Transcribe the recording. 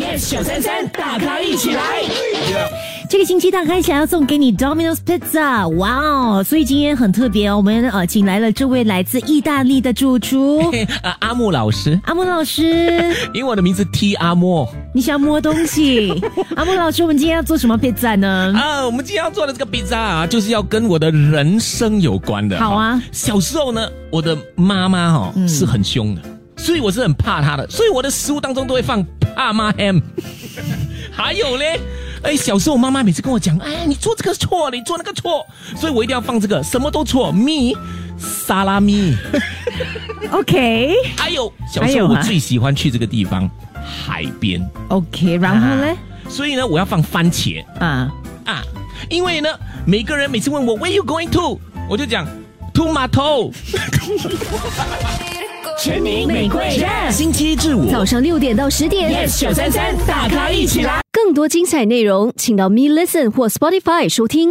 yes 九三三，大咖一起来。这个星期大开想要送给你 Domino's Pizza，哇哦！所以今天很特别哦，我们呃请来了这位来自意大利的主 厨啊，阿木老师，阿木老师，因为我的名字 T 阿木你想摸东 西？阿木老师，我们今天要做什么 pizza 呢？啊，我们今天要做的这个 pizza 啊，就是要跟我的人生有关的。好啊嗯哈小时候呢，我的妈妈哦、是很凶的，所以我是很怕她的，所以我的食物当中都会放怕妈 ham。还有嘞，哎，小时候我妈妈每次跟我讲，哎，你做这个错了，你做那个错，所以我一定要放这个，什么都错，咪沙 拉咪。 OK 还有小还时有候我啊最喜欢去这个地方，海边。 OK，然后呢？啊所以呢，我要放番茄啊，啊，因为呢，每个人每次问我 Where you going to，我就讲 To 码头。全民玫瑰星期一至五早上六点到十点 Yes，933大咖一起来。更多精彩内容，请到 Me Listen 或 Spotify 收听。